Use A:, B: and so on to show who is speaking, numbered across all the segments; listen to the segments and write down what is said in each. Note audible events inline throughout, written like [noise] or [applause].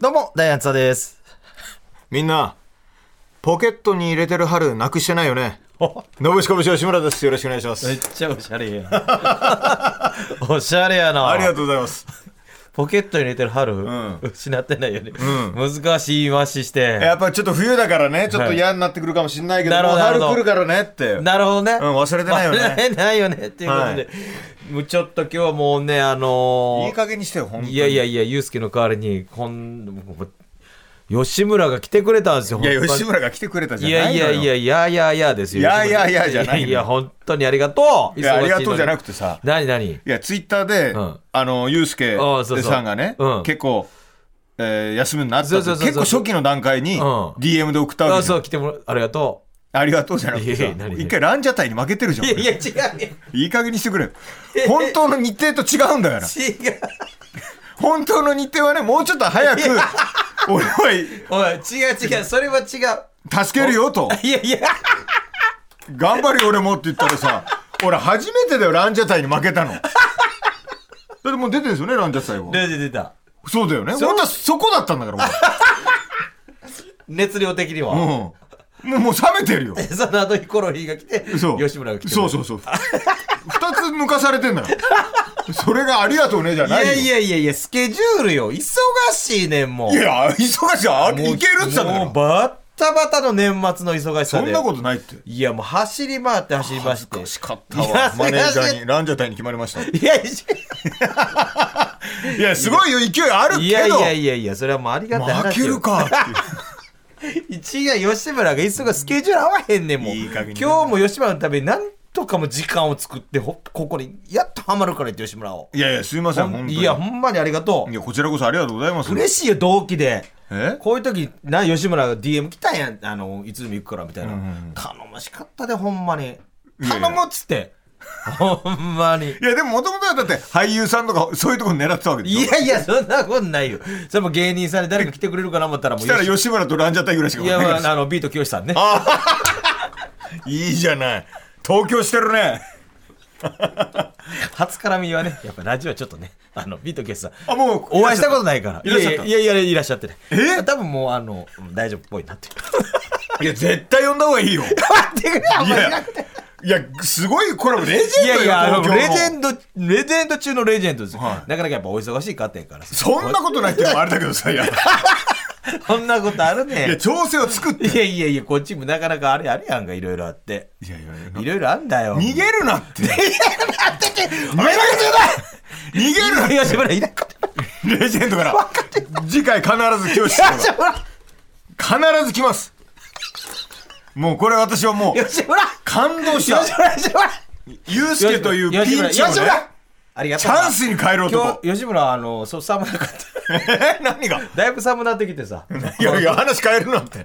A: どうも、ダイアンツ
B: [laughs]
A: ァです。
B: みんな、ポケットに入れてる春なくしてないよね。のぶしこぶし吉村です。よろしくお願いします。
A: めっちゃおしゃれやな。 [laughs] おしゃれやな。
B: ありがとうございます。
A: ポケットに入れてる春、
B: ん
A: 失ってないよね。難しい言い回しして。
B: やっぱちょっと冬だからね、ちょっ
A: は
B: と
A: い
B: 嫌になってくるかもしれないけど、
A: なる
B: も
A: ほ
B: う
A: ど
B: 春
A: な
B: 来
A: るほ
B: る
A: ど
B: からねって。
A: なるほどね。
B: うん忘れてないよね
A: 忘れてないよね。っていうことで。もうちょっと今日はもうね、あ
B: い
A: の
B: い加減にしてよ、ほん
A: ー、
B: とに。
A: いやいやいや、ユうスケの代わりに、こん、もう吉村が来てくれたんですよ。
B: いや、
A: 本当に
B: 吉村が来てくれたじ
A: い
B: ゃな
A: や
B: い
A: い
B: の
A: や
B: よ。
A: いや、いやいやいやですよ。
B: いやいやいやじゃないの
A: いや、本当にありがとう。
B: いやありがとうじゃな
A: て。
B: くてさ、
A: 何何
B: いや、ツイッターで
A: うん、
B: あの、ゆうすけ
A: あそうそう
B: さんがね
A: うん、
B: 結構、えー休みになった
A: そう
B: って
A: そうそうそう
B: 結構初期の段階に
A: うん
B: DM で送ったわ
A: あ、
B: けじゃ
A: そ
B: ん
A: う、来てもらありがと
B: ありがとうじゃなくてさ
A: いやいや何
B: 一回ランジャタイに負けてるじゃ
A: う。
B: ん
A: いやいや、違うよ。
B: いい加減にしてくれよ。本当の日程と違うんだよな。
A: 違う。
B: 本当の日程はね、もうちょっと早
A: [laughs]
B: く、俺は
A: おい、違う違う、それは違う。
B: 助けるよと、
A: いやいや、
B: 頑張るよ俺もって言ったらさ、俺初めてだよ、ランジャタイに負けたの。だってもう出てるんですよね、ランジャタイは。
A: 出て出た。
B: そうだよね。
A: そう
B: 本当はそこだったんだから、
A: 熱量的には。
B: 俺。うん。もう、もう冷めてるよ。
A: その後ヒコロヒーが来て、
B: そう。
A: 吉村が来て。
B: そうそうそう。二つ抜かされてんだよ。それがありがとうね、じゃ
A: い
B: ないよ。
A: やいやいやいや、スケジュールよ。忙しいねん、もう。
B: いや、忙しい。あいけ
A: もう
B: るって言ったんだか
A: もう
B: ら。
A: バッタバタの年末の忙し
B: そ
A: さで。
B: んなことないって。
A: いや、もう走り回って走りまして。
B: しかっ
A: いや
B: マネージャー
A: いや
B: に、ランジャタイに決まりました。い
A: いやい
B: や、すごいよ、勢いあるけど。
A: やいやいやいや、それはもうありがた
B: 負
A: い話
B: け
A: よ
B: るか
A: 違う、吉村がいつがスケジュール合わへんねんもん。
B: いい加減に
A: 今日も吉村のためになんとかも時間を作って、ほここにやっとハマるから言って吉村を。
B: いやいや、すいません、
A: ほ
B: 本当
A: ん
B: に。
A: いや、ほんまにありがと。
B: いうやこちらこそありがとうございます。
A: 嬉しいよ、同期で。
B: え
A: こういう時な吉村が DM 来たんやあのいつでも行くからみたいな、頼もしかったでほんまに
B: や
A: 頼むっつってほんまに
B: いや、でももともとはだって俳優さんとかそういうとこ狙ってたわけでしょ
A: いやいやそんなことないよそれも芸人さんで誰か来てくれるかな思ったらもう
B: 来たら吉村とランジャタイぐらいしか
A: いや、
B: わかんない
A: まあ、あのビートきよしさんね
B: いいじゃない。東京してるね。
A: 初絡みはねやっぱラジオはちょっとねあのビートきよしさん
B: あ、もう、
A: お会いしたことないから。
B: いらっしゃった
A: いやいやいや、いらっしゃってない。
B: え
A: 多分もう、あの、うん大丈夫っぽい
B: [laughs]
A: なって。
B: いや、絶対呼んだ方がいいよ。い
A: 待ってくれ、あんまり
B: や、いや、すごい、これレジェンドよ。
A: いやいや、あの、
B: 東京
A: レジェンド、レジェンド中のレジェンドですよ。
B: は
A: なかなかやっぱお忙しい家庭からさ。
B: そんなことないってのもあれだけどさ、いや、い
A: そんなことある
B: や
A: ね。
B: 調整を作って。
A: いやいやいや、こっちもなかなかあれあるやんか、いろいろあって。
B: いやいやいや
A: いろいろあんだよ。
B: 逃げるなって。
A: お前だ
B: 逃げる
A: けじゃない [laughs] 吉村いなかった。
B: なレジェンドから。次回必ず教師
A: 吉村
B: 必ず来ます。もうこれ私はもう
A: 吉村
B: 感動した。
A: 吉村吉村
B: ゆうすけというピンチをね
A: 吉、村ありがと
B: チ
A: うな
B: ャンスに変える
A: 今
B: 男。
A: 日、吉村、あの、そう、寒なかっ
B: え何が
A: た。 [laughs] だいぶ寒なってきてさ。
B: いやいや、話変えるなんて。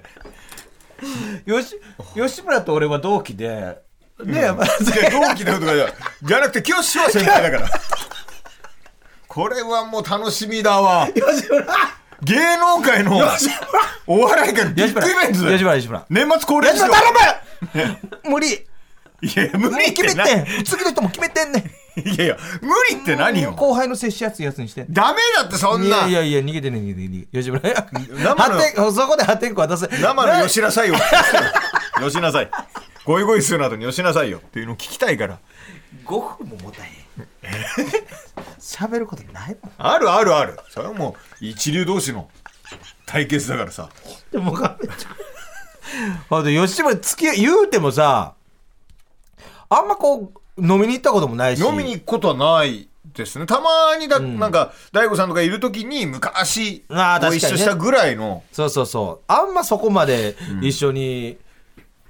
A: よし吉村と俺は同期で、ね、まあ
B: いや同期だよとかじゃじゃなくて、教師は先輩だから。これはもう楽しみだわ。
A: 吉村
B: 芸能界のお笑い界のビッグイベントだよ
A: 吉村、吉村。
B: 年末恒例
A: 吉
B: ですよ
A: 村頼む無理
B: いやいや、無理って
A: 決め
B: な
A: てん次の人も決めてんねん
B: いやいや、無理って何よ。
A: 後輩の接しやすいやつにして。
B: ダメだってそん
A: いや。
B: ない
A: やいや、逃げてね、逃げてね。吉村。
B: の
A: 破天そこで破天荒渡せ。
B: 生のよしなさいよ。 [laughs] よしなさい。ゴイゴイするの後によしなさいよっていうのを聞きたいから。
A: 5分も持たへん。喋ることないもん。
B: あるあるある。それはもう一流同士の対決だからさ。
A: でもかんない。 [laughs] ほんで、吉村、付き合い、言うてもさ、あんまこう、飲みに行ったこともないし。
B: 飲みに行くことはないですね。たまにだ、なんか、大悟さんとかいるときに昔、
A: あー確か
B: ご
A: にね
B: 一緒したぐらいの、
A: そうそうそう。あんまそこまで一緒に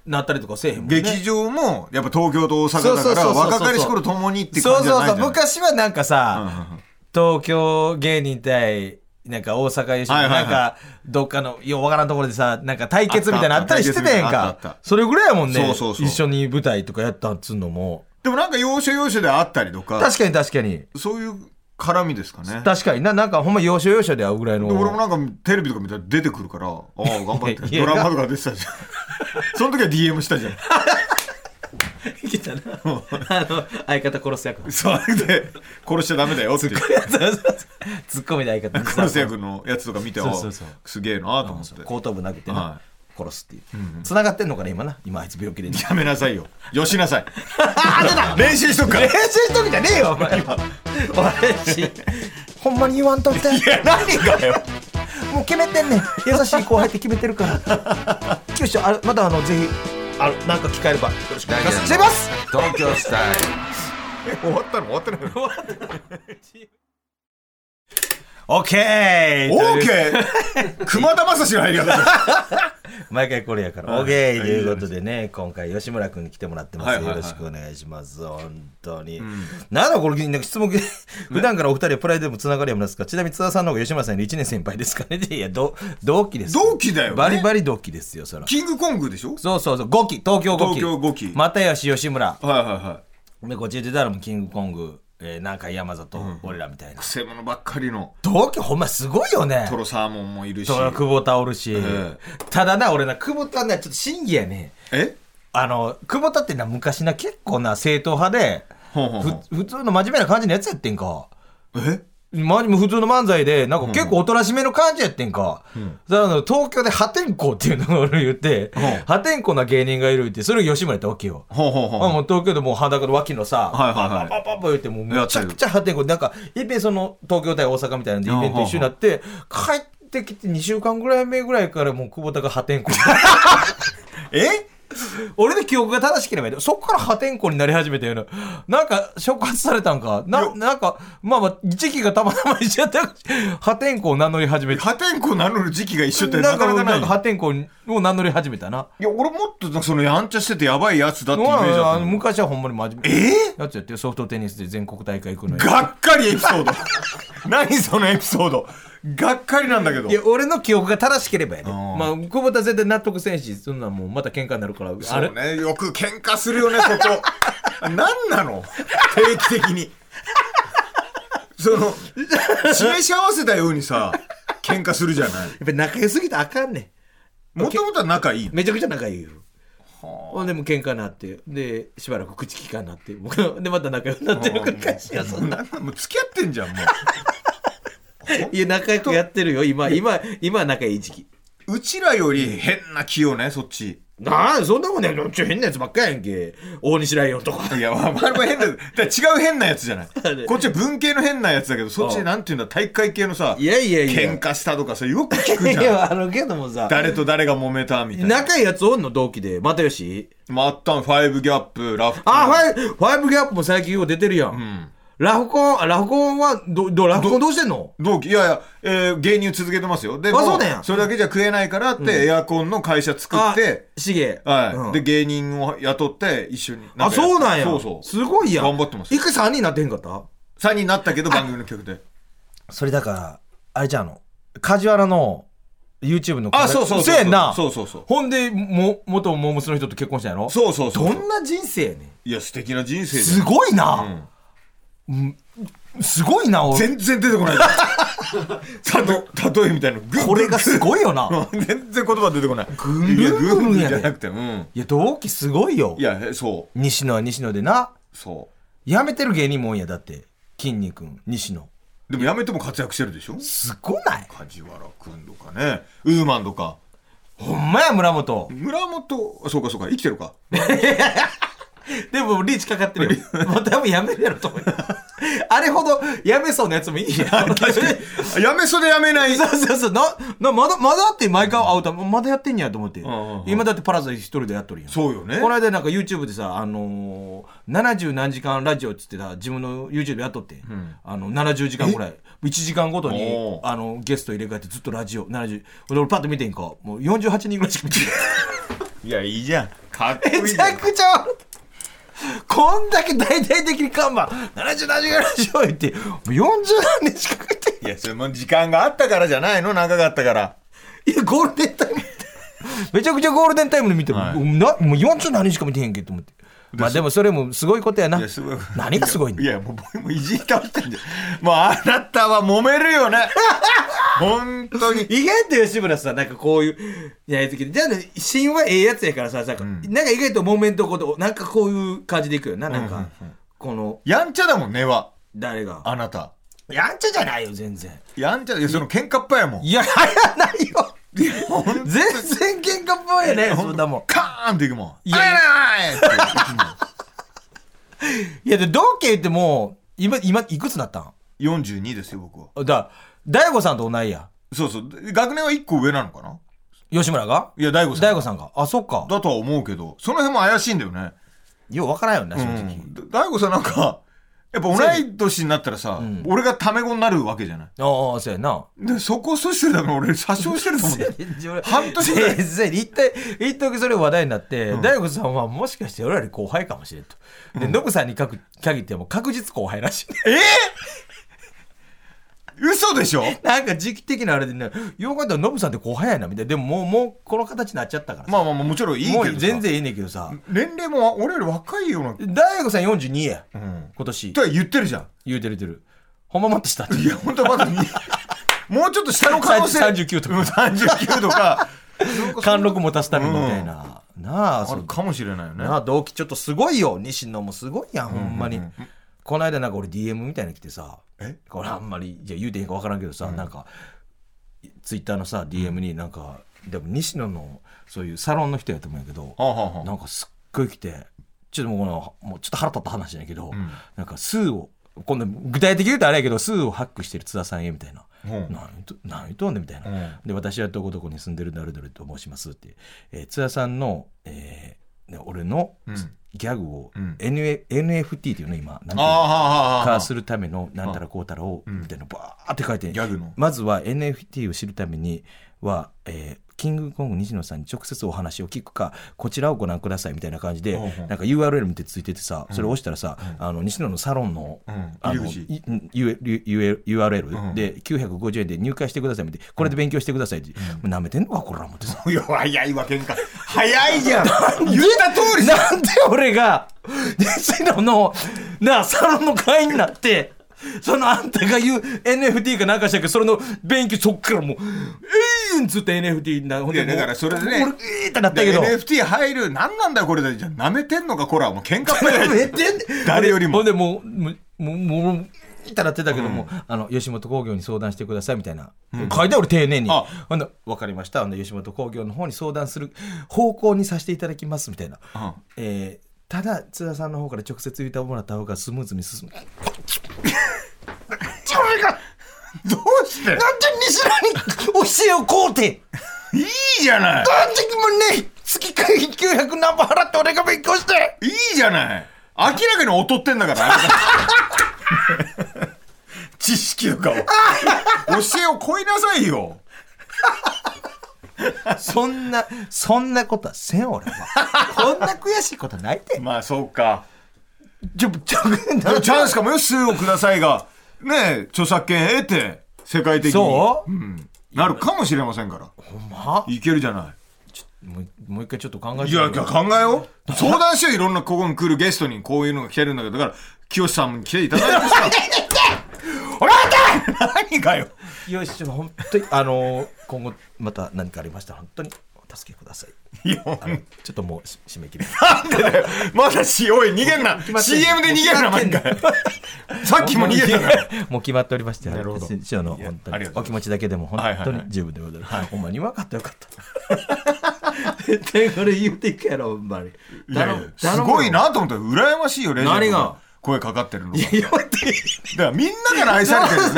A: なったりとかせえへんもんね。
B: 劇場も、やっぱ東京と大阪だ
A: そうそう
B: か
A: そ
B: ら、
A: うそうそう
B: 若かりし頃共にって
A: そ
B: 感
A: う
B: じじゃ
A: そう
B: ない
A: そ
B: じゃ
A: う。
B: ない
A: 昔はなんか
B: うんうん
A: さ、東京芸人対なんか大阪吉
B: はいは
A: 本
B: いは
A: ないんかどっかのようわからんところでさなんか対決みたいなのあったりしてたやん
B: あったあったあっ
A: か
B: た
A: それぐらいやもんね
B: そうそうそう
A: 一緒に舞台とかやったっつうのも
B: でもなんか要所要所であったりとか
A: 確かに確かに
B: そういう絡みですかね
A: 確かにななんかほんま要所要所で会うぐらいの
B: で俺もなんかテレビとか見たら出てくるからああ頑張っ
A: い
B: て
A: や
B: ドラマとか出てたじゃんその時は DM したじゃん
A: 来たなあの相方殺す
B: [laughs]
A: 役
B: そうで殺しちゃダメだよって
A: ツッコミで相方
B: 殺す役のやつとか見て
A: そうそうそう
B: あすげえなと思って
A: 後頭部投げてな、
B: は
A: 殺すっていう繋がってんのかな今な今あいつ病気で練習
B: やめなさいよよしなさい練習しとくから
A: しとくんじゃねえよお前お前しほんまに言わんとって
B: 何がよ
A: もう決めてんねん優しい後輩って決めてるから九州あれまたあのぜひあのなんか機会あればよろしくお願いしますしてます
C: 東京スタイル
B: 終わったの終わってないの
A: [laughs] オッケー
B: オーケー熊田正史の入り方だ
A: 毎回これやから。オーケーということでね、今回吉村君に来てもらってま
B: はいは
A: す。
B: いは
A: よ
B: い
A: ろしくお願いします。本当に。なんだこれ、なんか
B: [laughs]
A: 質問、普段からお二人はプライドでもつながりはありますかちなみに津田さんの方が吉村さんより1年先輩ですかね [laughs] いや、ど同期です。
B: 同期だよね
A: バリバリ同期ですよ、そら。
B: キングコングでしょ
A: そうそうそう、5期、東京5
B: 東
A: 期。
B: 京五期
A: 又吉吉村。
B: はいはいはい
A: で、こっちでたらもうキングコング、えー、南海山里、俺らみたいな。
B: くせ者ばっかりの
A: 同期ほんますごいよね。
B: トロサーモンもいるし
A: トロ久保田おるし。
B: え
A: ただな、俺な、久保田な、ちょっと審議やね。
B: え
A: あの久保田ってな昔な結構な正統派で
B: ほうほうほ
A: ふ普通の真面目な感じのやつやってんか
B: うえ
A: ま普通の漫才でなんか結構おとなしめの感じやってんか、だからあの東京で破天荒っていうのを俺言って、
B: ん
A: 破天荒な芸人がいるってそれが吉村やったわけよ、
B: ほうほうほう
A: あもう東京でもう裸の脇のさ、
B: はいはいはい
A: パパパパ言ってもうめちゃくちゃ破天荒なんかいっぺんその東京対大阪みたいなんでイベント一緒になって帰ってきて2週間ぐらい目ぐらいからもう久保田が破天荒
B: [laughs] え
A: 俺の記憶が正しければいいんだそこから破天荒になり始めたような。なんか、触発されたんか。な、なんか、まあまあ、時期がたまたま一緒やったから破天荒を名乗り始めた。
B: 破天荒名乗る時期が一緒ってなか
A: だか
B: な
A: ら
B: か
A: ら、
B: な
A: ないんか破天荒を名乗り始めたな。
B: いや俺もっとなんかそのやんちゃしててやばいやつだってイメージだ
A: あ
B: っ
A: の
B: た
A: 昔はほんまに真面目。
B: え
A: やつやってよソフトテニスで全国大会行くのに
B: ー、。がっかりエピソード [laughs] 何そのエピソードがっかりなんだけど
A: いや、俺の記憶が正しければやで。
B: ん
A: まあ、久保田絶対納得せんし、そんなんもうまた喧嘩になるから。あ
B: そ
A: れ
B: うねよく喧嘩するよねそこ何なの定期的にその示し合わせたようにさ喧嘩するじゃない
A: やっぱ仲良すぎてあかんねん。
B: もともとは仲いいの
A: めちゃくちゃ仲いいよほんでもう喧嘩になってでしばらく口きかになって [laughs] 僕のでまた仲良くなってるから返しやそんな
B: なんなのもう付き合ってんじゃんも
A: [laughs] いや仲良くやってるよ今今今は仲いい時期
B: ううちらより変な器用ねそっち
A: なあそんなもんねちょ変なやつばっかやんけ大西ライオンとか
B: いや、まあ、まあ変な、だから違う変なやつじゃ
A: [laughs]
B: ない。こっちは文系の変なやつだけど、そっちなんていうんだ、体育会系のさ、
A: いやいやいや
B: 喧嘩したとかさ、よく聞く
A: い
B: じゃん。
A: やあのけどもさ
B: 誰と誰が揉めたみたいな。
A: 仲いいやつおんの同期で又吉
B: まあ、あったん、ファイブギャップ、ラフコン
A: あファイファイブギャップも最近よう出てるやん、ラフコンあラフコンはどどラフコンどうしてんの
B: 同期、いやいや、えー芸人を続けてますよ。で、
A: あ
B: も
A: そうなんや
B: それだけじゃ食えないからって、エアコンの会社作って、
A: あしげ
B: はい、
A: うん
B: で、芸人を雇って、一緒に。
A: あそうなんや
B: そうそう。
A: すごいやん
B: 頑張ってます
A: 一。回3人になってへんかった
B: 3人になったけど、番組の曲で。
A: それだから、あれじゃんあの、梶原の YouTube の
B: あ、そうそうそう。
A: せやんな。
B: そうそうそう。
A: ほんで、も、元モームスの人と結婚したんやろ
B: そうそうそう。
A: どんな人生やね
B: いや、素敵な人生
A: ん。
B: です
A: ごいな。うん、すごいな、俺。
B: 全然出て
A: [laughs]
B: こない。たと、例えみたいな。ぐ
A: これがすごいよな。
B: ぐぐ [laughs] 全然言葉出てこない。ぐ
A: んぐんぐん
B: いや、ぐんぐんじ
A: やで
B: ゃなくて、うん。
A: いや、同期すごいよ
B: い。や、えそ
A: 西野は西野でな。
B: う、そ
A: 辞めてる芸人もんや、だって。筋肉君、西野。
B: う。でもやめても活躍してるでしょ
A: すごない
B: 梶原くんとかね、ウーマンとか。
A: ほんまや、村本。
B: 村本、そうかそうか、生きてる
A: [laughs]
B: か。
A: でもリーチかかってるよ。もう多分やめるやろと思うよ。あれほどやめそうなやつもいいやん。
B: あやめそでやめ
A: [laughs]
B: ない。
A: そうそうそう。な、な、まだ、まだって毎回会うたびまだやってんねやと思って。
B: んうん
A: 今だってパラサイト一人でやっとるやん。
B: そうよね
A: この間なんか YouTube でさ、あのー、70何時間ラジオっつってさ、自分の YouTube やっとって、あの、70時間ぐらい。1時間ごとに
B: お、ー
A: あの、ゲスト入れ替えてずっとラジオ、70。俺俺パッと見てんか、もう48人ぐらいしか見てない。
B: いや、いいじゃん。かっこ [laughs] いい
A: [laughs] め
B: じ
A: ちゃ
B: ゃん。
A: くちゃ悪いこんだけ大々的に看板、70、70ぐらいしよう言って、もう40何年しか食って
B: いや、それも時間があったからじゃないの長かったから。
A: いや、ゴールデンタイム。めちゃくちゃゴールデンタイムで見ても、
B: はい
A: なもう40何日しか見てへんけどと思って。まあでもそれもすごいことやな。
B: いや、すごい。
A: 何がすごいん
B: いや、もう僕もいじり倒してんじゃん。もうあなたは揉めるよね。本当に。
A: 意外と吉村さなんかこういうやりときでじゃあね芯はええやつやからさなんか,、なんか意外とモメントことなんかこういう感じでいくよななんか、この
B: やんちゃだもんね、は。
A: 誰が
B: あなた。
A: やんちゃじゃないよ全然
B: やんちゃ、いや、その喧嘩っぱやもん。
A: いややないよ全然喧嘩っぽいよねそんなもん
B: カーンっていくもん。
A: いや
B: あらーいって
A: いやで同期ってもう今今いくつだったん
B: 42ですよ、僕は。
A: だから大悟さんと同いや
B: そうそう。学年は1個上なのかな
A: 吉村が
B: いや、大悟さん。
A: 大悟さんがあそっか
B: だとは思うけど、その辺も怪しいんだよね。
A: ようわからんよな正直、
B: うん大悟さんなんか、やっぱ同い年になったらさ、俺がタメ語になるわけじゃない。
A: ああそうやな
B: で、そこを阻止するために俺、詐称
A: [laughs]
B: してると思うんだよ。半年ぐらい
A: 先生に一体一時それ話題になって、大悟さんはもしかして俺らより後輩かもしれんとでノブ、さんにかく限ってはもう確実後輩らしい、ね、
B: え
A: [laughs]
B: ー、嘘でしょ
A: なんか時期的なあれでねよかったらノブさんって後輩やなみたいなでももうもうこの形になっちゃったからさ
B: まあまあまあ、もちろんいいけ
A: も
B: ど
A: う
B: さ。
A: 全。然いいねんけどさ
B: 年齢も俺より若いような。
A: 大悟さん42や、
B: ん
A: 今年
B: とは言ってるじゃ
A: 言うてる言うてるほんまもっ
B: [laughs]
A: としたって
B: ん。いや、本当まだに、もうちょっと下の可能性。
A: 39とか
B: うん39とか。
A: 貫禄も足すためにみたいな、なあ
B: あ
A: そ
B: る
A: う
B: かもしれないよね。
A: なあ同期ちょっとすごいよ西野もすごいやんほんまに、
B: うんうん
A: この間なんか俺 DM みたいに来てさ
B: え
A: これあんまりじゃ言うてへんか分からんけどさ、なんかツイッターのさ DM になんか、でも西野のそういうサロンの人やと思うんやけど、
B: はあはあはあ
A: なんかすっごい来てちょっともうこのもうちょっと腹立った話やけど、なんか数を今度具体的に言うとあれやけど数をハックしてる津田さんへみたいな。
B: うん
A: 何言うと何言っとんねんみたいな、で私はどこどこに住んでる誰々と申しますって、えー津田さんの、えーね俺のギャグを、NA NFT っていうの今なんていう
B: あ
A: の
B: あ、はあはあは
A: 化
B: あ。
A: するためのなんたらこうたらをみたいなのバーって書いて
B: ギャグの
A: まずは NFT を知るためには、えーキングコング西野さんに直接お話を聞くかこちらをご覧くださいみたいな感じで
B: ほうほう
A: なんか URL 見てついててさそれ押したらさあの西野のサロンの
B: ん
A: あの
B: 入り口
A: いうん U- U- URL で950円で入会してくださいみたいなこれで勉強してくださいってなめてんのかこれら思ってさ
B: いや、早いわ、喧嘩。早いじゃん。言った通りじゃん。
A: なんで俺が、西野の、なあ、サロンの会員になって、そのあんたが言う NFT かなんかしたけど、それの勉強、そっからもう、えーんっつって NFT な、ほん
B: いやだからそれでね
A: 俺、えーってなったけど。
B: NFT 入る、何なんだよ、これだじゃん。舐めてんのか、こら、もう喧嘩っぽい。
A: めてん
B: 誰よりも
A: ほんでもう、もう、もう、もう、いたらってたけども、あの、吉本興業に相談してくださいみたいな。書いてある、丁寧に。
B: あ
A: ほんで、わかりました。ほんで、吉本興業の方に相談する方向にさせていただきます、みたいな。えーただ、津田さんの方から直接言ってもらった方がスムーズに進む。なんで
B: それが、どうして
A: 西野に教えをこうて
B: いいじゃない。
A: あん時もね、月会費900何本払って俺が勉強して
B: いいじゃない。明らかに劣ってんだから、あなた [laughs] 知識とかを。教えを超えなさいよ。
A: そんな、そんなことはせん俺は。こんな悔しいことないて。
B: まあ、そうか。
A: ちょ、ちょ、
B: でもチャンスかもよ、数をくださいが。ねえ、著作権得て、世界的に。
A: そう、
B: なるかもしれませんから。
A: ほんま
B: いけるじゃない。
A: もうもう一回ちょっと考えて
B: いや、いや考えよう。相談しよう。いろんなここに来るゲストにこういうのが来てるんだけど、だから、清さんも来ていただいて [laughs] さ。 [laughs] 何がよ。
A: よし、本当に、あのー今後また何かありましたら、本当にお助けください。
B: いや、ほん
A: あのちょっともうし締め切り。
B: とだよ。まだし、おい、逃げんな。
A: まってん
B: CM で逃げるな、毎回。 [laughs] さっきも逃げたな。
A: もう決まっておりまして、な
B: るほど
A: 師匠の
B: いや
A: 本当
B: あり
A: に
B: がとうございま
A: お
B: す
A: 気持ちだけでも本
B: はいは
A: 当
B: いは
A: に
B: い
A: 十分でございます。ほんまに分かったよかった。絶対これ言うていくやろ、ほんまに。
B: いやいやすごいなと思ったら、羨ましいよ、レジェンド
A: 何が
B: 声かかってるのが。だ
A: 頼む。いや、待って。
B: から、みんなから愛されてるよ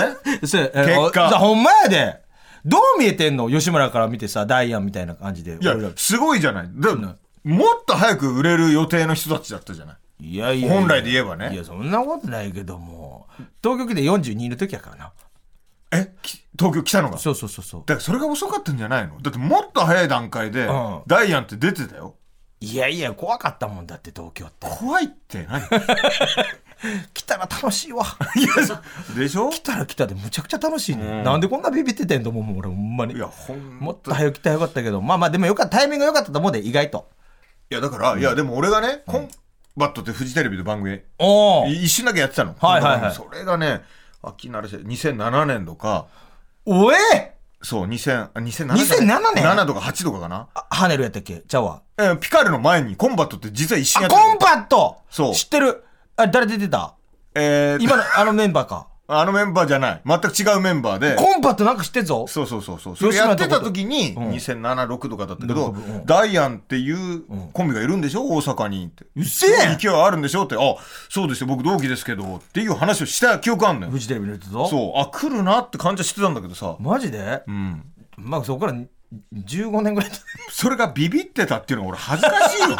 B: ね。
A: そうえ
B: 結果
A: おじゃあほんまやで。どう見えてんの吉村から見てさ、ダイアンみたいな感じで。
B: いや
A: 俺ら、
B: すごいじゃない。でももっと早く売れる予定の人たちだったじゃない。
A: いやいや
B: 本来で言えばね
A: いや、そんなことないけども。東京来て42の時やからな。
B: えき東京来たのが
A: そうそうそうそう。
B: だからそれが遅かったんじゃないのだってもっと早い段階で、
A: ん
B: ダイアンって出てたよ
A: [laughs] いやいや、怖かったもんだって、東京って。
B: 怖いって何
A: 来たら楽しいわ。
B: でしょ
A: 来たら来たでむちゃくちゃ楽しいね。なんでこんなビビっててんと思うもん、俺ほんまに。
B: いやほんと
A: もっと早く来たらよかったけど、まあまあでもよかった、タイミングが良かったと思うで、意外と。
B: いやだから、いやでも俺がね、コンバットってフジテレビの番組
A: おお。
B: い一瞬だけやってたの、
A: はいはいはい
B: それがね秋慣れて2007年とか
A: おえ
B: そう2000あ2007
A: 2007年
B: 7とか8とかかな、
A: あハネルやったっけちゃうわ。
B: えーピカルの前にコンバットって実は一瞬や
A: あ、
B: ってた
A: コンパット
B: そう
A: 知ってる。あ、誰出てた
B: えー
A: 今のあのメン
B: [laughs]
A: バーか。
B: あのメンバーじゃない全く違うメンバーで
A: コンパットなんか知ってんぞ。
B: そうそうそうそう。そ
A: 吉
B: れや
A: 村
B: っ
A: と
B: てた時に、
A: うん
B: 2007、6とかだったけど、
A: うん
B: ダイアンっていうコンビがいるんでしょ大阪にって。
A: うっせえ
B: 勢いあるんでしょって、あ、そうですよ、僕同期ですけど、っていう話をした記憶あんのよ
A: フ。ジテレビに出てたぞ。
B: そう、あ、来るなって感じはしてたんだけどさ。
A: マジで
B: うん。
A: まあそこから15年ぐらい経って
B: それがビビってたっていうのは俺恥ずかしい [laughs] よ。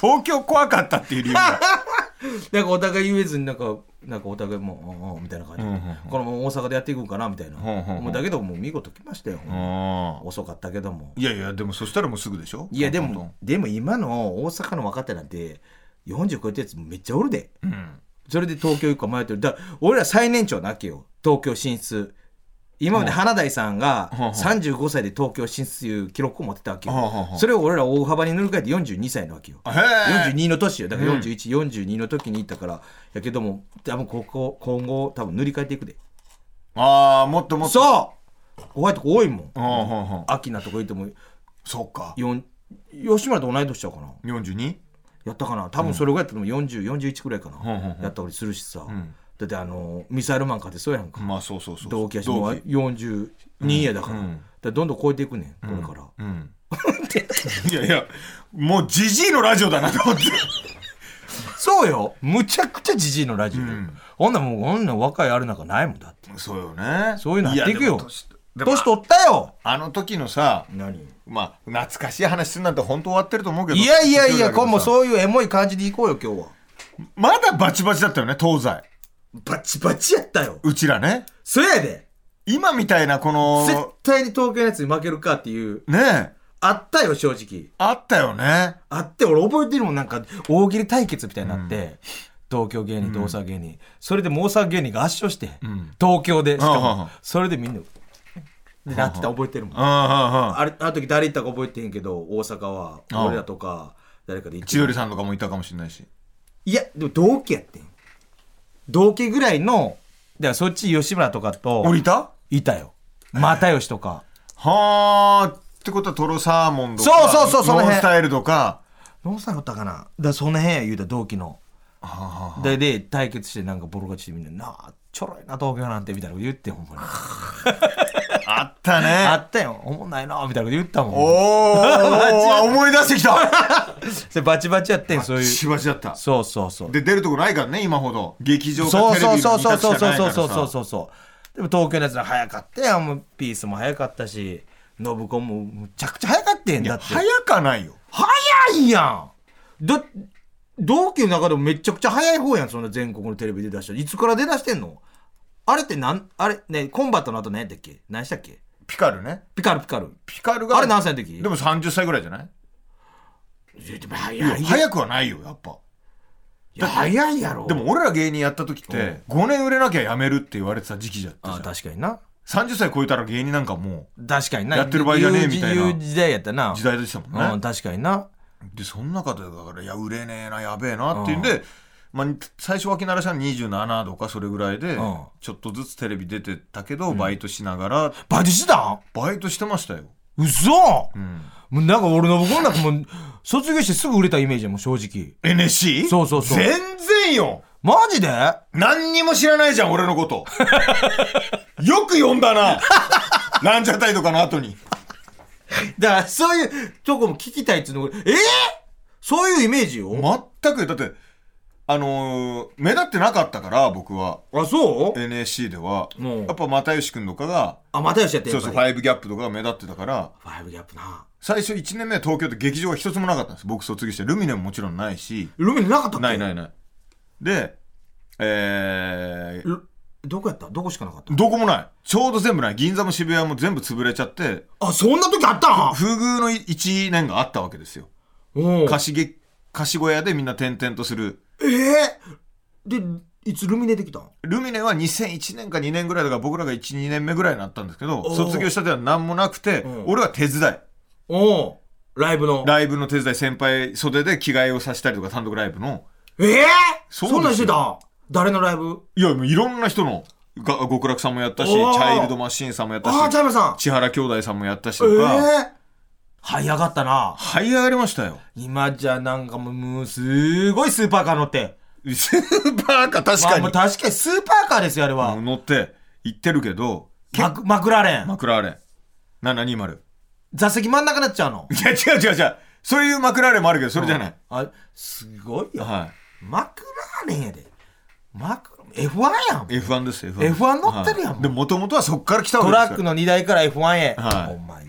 B: 東京怖かったっていう理由が。
A: [laughs]
B: [laughs]
A: なんかお互い言えずになんか、なんかお互いもううん、うんみたいな感じで、このまま大阪でやっていくんかなみたいな。
B: んうんうん
A: もうだけど、もう見事来ましたよ。
B: う
A: 遅かったけども。
B: ん。いやいや、でもそしたらもうすぐでしょ
A: いや、で
B: トントン
A: も、でも今の大阪の若手なんて、40超えたやつめっちゃおるで。
B: トンうん。
A: それで東京行くか迷ってる。だから俺ら最年長なわけよ。東京進出。今まで花大さんが
B: うんうん
A: 35歳で東京進出という記録を持ってたわけ
B: うんうんう
A: よ。
B: ん
A: それを俺ら大幅に塗り替えて42歳なわけよ。
B: へえ。
A: 42の年よだから41、42の時に行ったからやけども多分ここ今後多分塗り替えていくで
B: ああ、もっともっと。
A: そう怖いとこ多いもん
B: うんうんうん
A: 秋なとこ行っても
B: そっか。
A: よん吉村と同い年ちゃうかな
B: 42?
A: やったかな多分それぐらいやったら4041くらいかな、
B: んうんうん
A: やったりするしさ、
B: ん
A: だってあのミサイルマンかってそうやんか、
B: まあそうそうそう。
A: 同期やしも
B: 同
A: う
B: 期。
A: 42やだから,、
B: うん
A: だからどんどん超えていくねんこれから、
B: [laughs] うん。いやいや、もうジジイのラジオだなと思って。
A: そうよむちゃくちゃじじいのラジオ、
B: ん
A: ほんならもうこんなん若いあれなんかないもんだって
B: そうよね。
A: そういうのやっていくよ
B: やでも年でも
A: 年取ったよ
B: あの時のさ、
A: 何
B: まあ、懐かしい話するなんて本当終わってると思うけど。
A: いやいやいや、
B: 今
A: 今後
B: もう。
A: そういうエモい感じでいこうよ、今日は。
B: まだバチバチだったよね、東西。
A: バチバチやったよ。
B: うちらね。
A: そやで
B: 今みたいなこ
A: 絶
B: の、
A: 対に東京のやつに負けるかっていう、
B: ねえ、
A: あったよ、正直。
B: あったよね。
A: あって、俺覚えてるもん、なんか、大喜利対決みたいになって、東京芸人と大阪芸人、それでもう大阪芸人が圧勝して、東京で、しか
B: うんうんう
A: も
B: ん、
A: それでみんな、でなってた覚えてるもん。
B: うんうんうん。
A: あれ、あの時誰行ったか覚えてへんけど、大阪は、
B: うん
A: 俺らとか、誰かで行って
B: 千鳥さんとかもいたかもしれないし。
A: いや、でも同期やってん。同期ぐらいの、だからそっち吉村とかと、
B: 降りた
A: いたよ。又吉とか。
B: はあ、ってことはトロサーモンとか、
A: そうそうそうその辺
B: ノンスタイルとか、
A: ノンスタイルだったかなだからその辺や言うた同期の。で、で、対決してなんかボロ勝ちしてみんな、なあ、ちょろいな東京なんてみたいなこと言って、ほ
B: [laughs]
A: んまに。
B: あったね。
A: あったよ、おもんないな、みたいなこと言ったもん。
B: おー思い出してきた
A: それバチバチやってん、そういう。
B: しばしだった
A: そうそうそう。
B: で出るとこないからね今ほど劇場か
A: そう
B: テレビの
A: そう
B: 二
A: そう
B: 択し
A: そ
B: か
A: うそうそう
B: ないか
A: そう
B: ら
A: そうそう
B: さ
A: そうでも東京のやつら早かったやんもうピースも早かったし信子もむちゃくちゃ早かったや
B: い
A: んだ
B: や
A: って
B: 早かないよ
A: 早いやんだ同期の中でもめちゃくちゃ早い方やんそんな全国のテレビで出したいつから出だしてんのあれってなんあれねコンバットの後何やったっけ何したっけ
B: ピカルね
A: ピカルピカル
B: ピカルが
A: あれ何歳の時
B: でも30歳ぐらいじゃない
A: でも早い
B: いや
A: い
B: 早くはないよやっぱ
A: や早いやろ
B: でも俺ら芸人やった時っ
A: う
B: て5年売れなきゃやめるって言われてた時期じゃった
A: あ
B: じゃん
A: 確かにな
B: 30歳超えたら芸人なんかも
A: 確かにな
B: やってる場合じゃねえみたいな
A: う時代やったな
B: う時代でしたも
A: うんん
B: ね
A: 確かにな
B: でそん中でだからいや売れねえなやべえなっていうんでまあ、最初脇ならしは27とかそれぐらいで
A: うん
B: ちょっとずつテレビ出てたけどバイトしながら
A: バイトしてたん
B: バイトしてましたよ。
A: 嘘、
B: ん
A: もうなんか俺の僕の中もう卒業してすぐ売れたイメージやもん正直
B: NSC?
A: そうそうそう
B: 全然よ
A: マジで
B: 何にも知らないじゃん、俺のこと。 [laughs] よく呼んだ
A: [laughs]
B: な。ランジャタイとかの後に。
A: だからそういうとこも聞きたいっつうの俺えー、そういうイメージよ、
B: 全く、だって、あのー目立ってなかったから、僕は。
A: あそう
B: NSC では。
A: うん
B: やっぱ又吉くんとかが、
A: あ又吉やって
B: そうそう、フ
A: フ
B: ァイブギャップとかが目立ってたから、
A: ァイブギャップな
B: 最初1年目は東京って劇場が一つもなかったんです。僕卒業して、ルミネももちろんないし。
A: ルミネなかったっけ
B: ないないいない。で、えー、
A: どこやったどこしかなかった
B: どこもない。ちょうど全部ない。銀座も渋谷も全部潰れちゃって、
A: あそんな時あったん
B: 不遇の1年があったわけですよ。
A: おう
B: 貸しげ、貸し小屋でみんな転々とする。
A: えー、で
C: いつルミネできたん
B: ルミネは2001年か2年ぐらいだから僕らが1、2年目ぐらいになったんですけど、卒業したては何もなくて、俺は手伝い。
C: おうライブの。
B: ライブの手伝い、先輩袖で着替えをさせたりとか単独ライブの。
C: ええ
B: そうですよ
C: そんなんしてたん誰のライブ
B: いや、もういろんな人の、が極楽さんもやったし、チ
C: おー
B: ャイルドマシーンさんもやったし、
C: ああ、チャイムさん。
B: 千原兄弟さんもやったし
C: え
B: とか、
A: 這い上がったな。
B: 這い上がりましたよ。
A: 今じゃなんかもう、もうすごいスーパーカー乗って。
B: スーパーか、確
A: ま
B: か
A: あ、も
B: に
A: う。確かにスーパーカーですよ、あれは。
B: 乗って行ってるけど、
A: マクマクラーレン。
B: マクラーレン。720。
A: 座席真ん中になっちゃうの。
B: いや、違う違う違う。そういうマクラーレンもあるけど、それじゃない。
A: あ、すごいよ。
B: は
A: マクラーレンやで。マク、F1 やん
B: い。。F1 です、F1。
A: F1 乗ってるやん
B: はいで、もともとはそっから来たわ
A: ト
B: けですから
A: ラックの荷台から F1 へ。
B: はい
A: お前、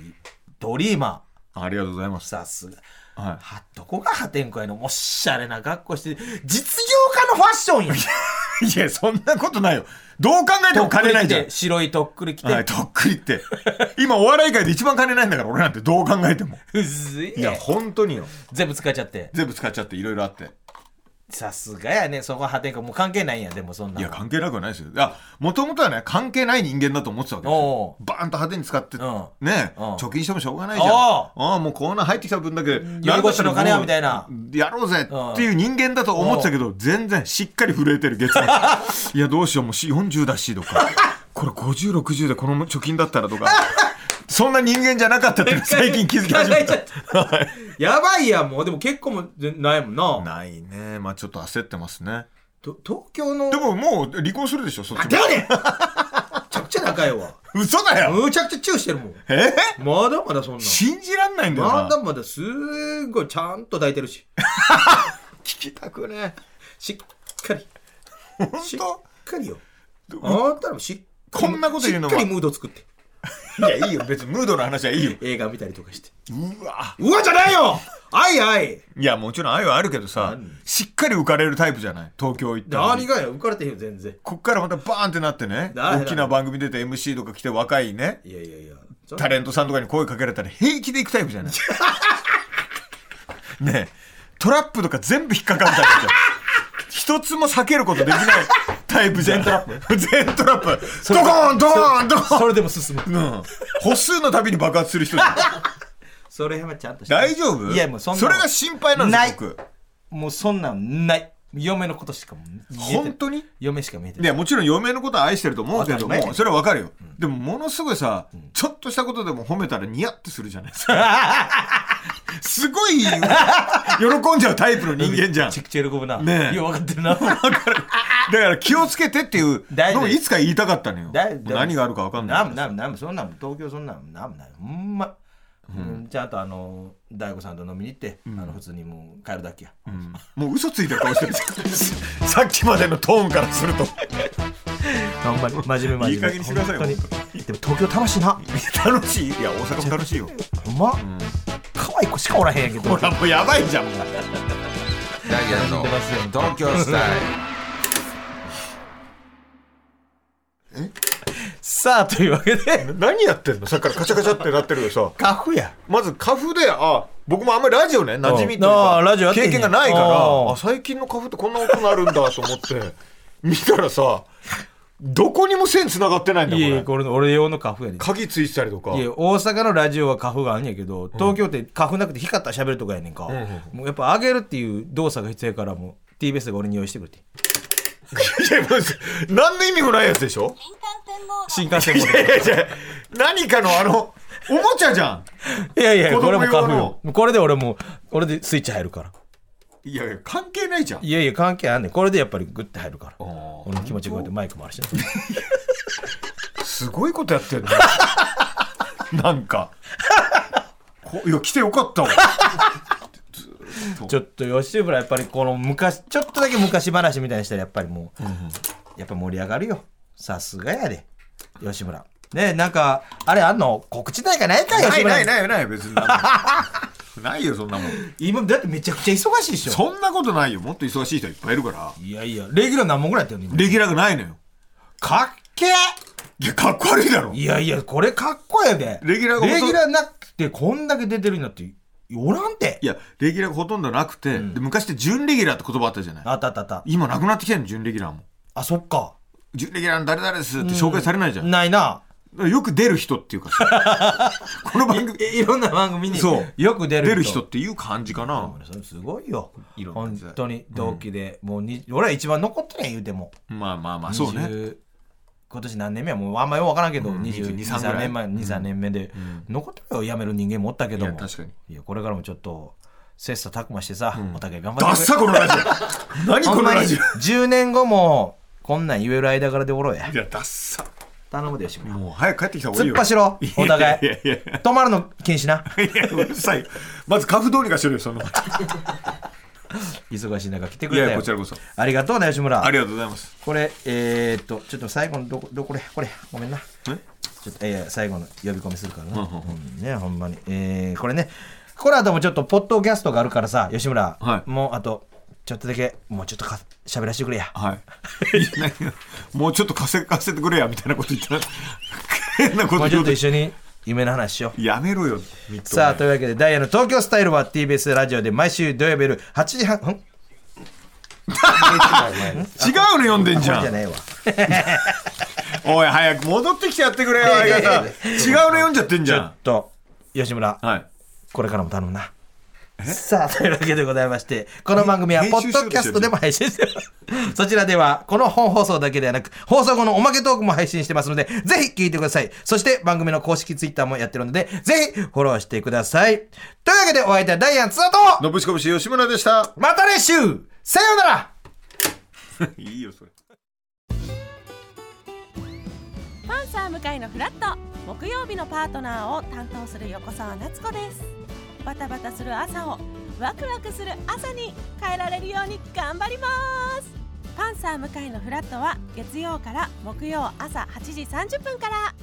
A: ドリーマ
B: ありがとうございま
A: ー。
B: す。
A: さすが。
B: は
A: は、どこが破天荒やのおしゃれな格好して、実業家のファッションやん。
B: い。 [laughs] いや、そんなことないよ。どう考えても金ないじゃん
A: とっくり着て。白いとっくり着て。
B: はい、とっくり [laughs] って。今、お笑い界で一番金ないんだから、俺なんてどう考えても。
A: うずいね。
B: いや、本当によ。
A: 全部使っちゃって。
B: 全部使っちゃって、いろいろあって。
A: さすがやね。そこは破天荒。もう関係ないんや、でもそんないの。
B: や、関係なくはないですよ。いや、もともとはね、関係ない人間だと思ってたわけです
A: お
B: よ
A: う。
B: バーンと派手に使って、
A: うん
B: ね、
A: うん
B: 貯金してもしょうがないじゃん。
A: おう
B: ああ、もうこんな入ってきた分だけ、
A: 夜越しの金はみたいな
B: やろうぜっていう人間だと思ってたけど、全然しっかり震えてる月末。いや、どうしよう、もうし40だしとか、これ50、60でこの貯金だったらとか、そんな人間じゃなかったって最近気づき始め
A: 考えち
B: た。はい
C: やばいやんもう。でも結婚も全ないもんな。
B: ないね。まあちょっと焦ってますね。
C: と東京の。
B: でももう離婚するでしょ、そっち
C: あ、
B: も
C: だよねんめちゃくちゃ仲良いわ。
B: 嘘だよ
C: むちゃくちゃチューしてるもん。
B: えー
C: まだまだそんな
B: 信じらんないんだよ
C: ん。
B: な。
C: まだまだすーごいちゃんと抱いてるし。
B: 聞きたくね
C: しっかり。
B: 本
C: しっ
B: 当
C: かりよ。あんたらもしっかり
B: こんなこと言うのは
C: しっかりムード作って。
B: いやいいよ別にムードの話はいいよ
C: 映画見たりとかして。
B: うわ
C: うわじゃないよあいあい
B: いやもちろん愛はあるけどさしっかり浮かれるタイプじゃない東京行ったら
C: 何がよ浮かれてへんよ全然。
B: こっからまたバーンってなってね
C: だ
B: 大きな番組出て MC とか来て若いね
C: いやいやいや。そんな
B: タレントさんとかに声かけられたら平気で行くタイプじゃないねえトラップとか全部引っかかるタイプじゃん一つも避けることできないタイプじゃん全トラップ全トラップドコーンドコーンドコーン
A: それでも進む。
B: うん歩数のたびに爆発する人じゃん
C: それはちゃんとして。
B: 大丈夫
A: いやもうそんな
B: れが心配なんです
A: な
B: 僕
A: もうそんなんない。嫁のことしかもう見えてない
B: 本当に
A: 嫁しか見えて
B: い
A: ない。
B: やもちろん嫁のことは愛してると思うけど
A: 当たり前
B: もそれはわかるよ、でもものすごいさ、ちょっとしたことでも褒めたらニヤッとするじゃないですかすごい喜んじゃうタイプの人間じゃん
A: めちゃくちゃ喜ぶな。
B: ねえ
A: よう分かってるな。
B: だから気をつけてっていう
A: 大丈
B: の
A: 夫
B: をいつか言いたかったのよ
A: だ
B: もう何があるかわかんない
A: なんもなんもなんもそんなんも東京そんなんもなんもないほんま、うん、ちゃんとあの大悟さんと飲みに行って、あの普通にもう帰るだけや、
B: うんもう嘘ついてる顔してるさっきまでのトーンからすると
A: ほんまに真面目真面目
B: いい加減にしてくださいよ
A: 本当にでも東京楽しいな
B: 楽しいいや大阪も楽しいよ
A: ほんま、可愛い子しかおらへんやけど
B: ほらもうやばいじゃんもう
D: ダイアンの東京スタイル
A: さあというわけで
B: 何やってんのさっきからカチャカチャってなってるけどさ
A: カフや
B: まず花粉であ僕もあんまりラジオね馴染みという
A: あー
B: か
A: ラジオやってんね
B: 経験がないか
A: あー
B: らあ最近の花粉ってこんな音なるんだと思って [laughs] 見たらさどこにも線つながってないんだ
A: い
B: よ
A: えいえ
B: これ
A: これ俺用のカフやねん
B: 鍵ついてたりとか
A: いや大阪のラジオはカフがあんやけど東京ってカフなくて光ったら喋るとかやねんか、もうやっぱ上げるっていう動作が必要やからもう TBS が俺に用意してくれて
B: いやもう何の意味もないやつでしょ
A: 新幹線も
B: いやいやいや何かのあのおもちゃじゃん
A: いやいや
B: 子
A: これ
B: 供
A: も
B: 用の
A: カフよこれで俺もうこれでスイッチ入るから
B: いやいや関係ないじゃん
A: いやいや関係あんねんこれでやっぱりグッて入るから俺の気持ちがこうやってマイクもあるし
B: すごいことや
A: [laughs]
B: ってんだなんかこいや来てよかった
A: [laughs]
B: わ
A: ちょっと吉村やっぱりこの昔ちょっとだけ昔話みたいにしたらやっぱりもう、やっぱ盛り上がるよさすがやで吉村ねえなんかあれあんの告知大会ないか
B: な
A: 吉
B: い
A: 村
B: ないないない別になんもないよそんなもん
A: 今だってめちゃくちゃ忙しいでしょ
B: そんなことないよもっと忙しい人いっぱいいるから
A: いやいやレギュラー何本ぐらいやってんの今
B: レギュラーがないのよ
A: かっけえ
B: いやかっこ悪いだろ
A: いやいやこれかっこええで
B: レギュラーがほと
A: レ
B: んど
A: ギュラーなくてこんだけ出てるんだっておらんて
B: いやレギュラーがほとんどなくて、で昔って準レギュラーって言葉あったじゃない
A: あったあったあった
B: 今なくなってきてるの準レギュラーも
A: あ、そっか。
B: 準レギュラーの誰々ですって紹介されないじゃん。だ
A: ないな。
B: からよく出る人っていうかさ、
A: [laughs]
B: この番組
A: いろんな番組に
B: そう
A: よく出る
B: 出る人っていう感じかな。
A: それすごいよ
B: いろんな
A: 本
B: 時代
A: 当に同期で、もうに俺は一番残ってない言うても
B: まあまあまあ、そうね。
A: 20今年何年目やもうあんまよく分からんけど、
B: うん
A: 二十
B: 22
A: 23年前23年目で、残ってるよ辞める人間もおったけども
B: いや確かに
A: いやこれからもちょっと切磋琢磨してさ、お互い頑張
B: ダッ
A: ってくれ
B: サこのラジオ
A: [laughs]
B: 何こ
A: ほん
B: の
A: まに
B: ラジオ
A: 10年後もこんなん言える間柄でおろうや
B: いや、ダッサ。
C: 頼むでしょ。
B: もう早く帰ってきた方がいい
A: 突っ
B: よ。
A: 走ろうお互
B: い
A: い
B: やいやいや
A: 止まるの禁止ない
B: や、うるさい。まず、カフどうにかしろよ、その。
A: 忙しい中来てく
B: い
A: れた
B: や、
A: よ
B: こちらこそ。
A: ありがとうね吉村
B: ありがとうございます。
A: これえー、っとちょっと最後のどこどこれこれごめんな
B: え
A: ちょっと、えー最後の呼び込みするからな、うんねほんまに、えーこれねこの後もちょっとポッドキャストがあるからさ吉村、
B: はい
A: もうあとちょっとだけもうちょっとか喋らせてくれや
B: はい。いや何がもうちょっと稼がせてくれや、みたいなこと言ってな。
A: [laughs]
B: 変なこ
A: も
B: と
A: うち
B: 言
A: ょっ
B: う
A: と
B: て
A: 一。緒に夢の話しよう
B: やめろよ、ミッド
A: さあというわけでダイヤの東京スタイルは TBS ラジオで毎週土曜日夜8
B: [laughs]
A: 時半んこ
B: 違うの読んでん
A: れ
B: じ
A: じ
B: ゃ
A: ゃ
B: ん。
A: ないわ
B: おい、早く戻ってきてやってくれよ、相方。違うの読んじゃってんじ
A: ちょ
B: ゃ
A: っ
B: ん。
A: と吉村
B: はい。
A: これからも頼むな。さあ、というわけでございまして、この番組は
B: 編
A: ポッ
B: 集して
A: ド
B: る
A: キャストでも配信してます。そちらでは、この本放送だけではなく、放送後のおまけトークも配信してますので、ぜひ聞いてください。そして番組の公式ツイッターもやってるので、ぜひフォローしてください。というわけで、お相手はダイアン津田と、
B: のぶしこぶし吉村で
A: [laughs]
B: した。
A: また来週さようなら
B: いいよ、それ。
E: パンサー向かいのフラット木曜日のパートナーを担当する横澤夏子ですバタバタする朝をワクワクする朝に変えられるように頑張りますパンサー向かいのフラットは月曜から木曜朝8時30分から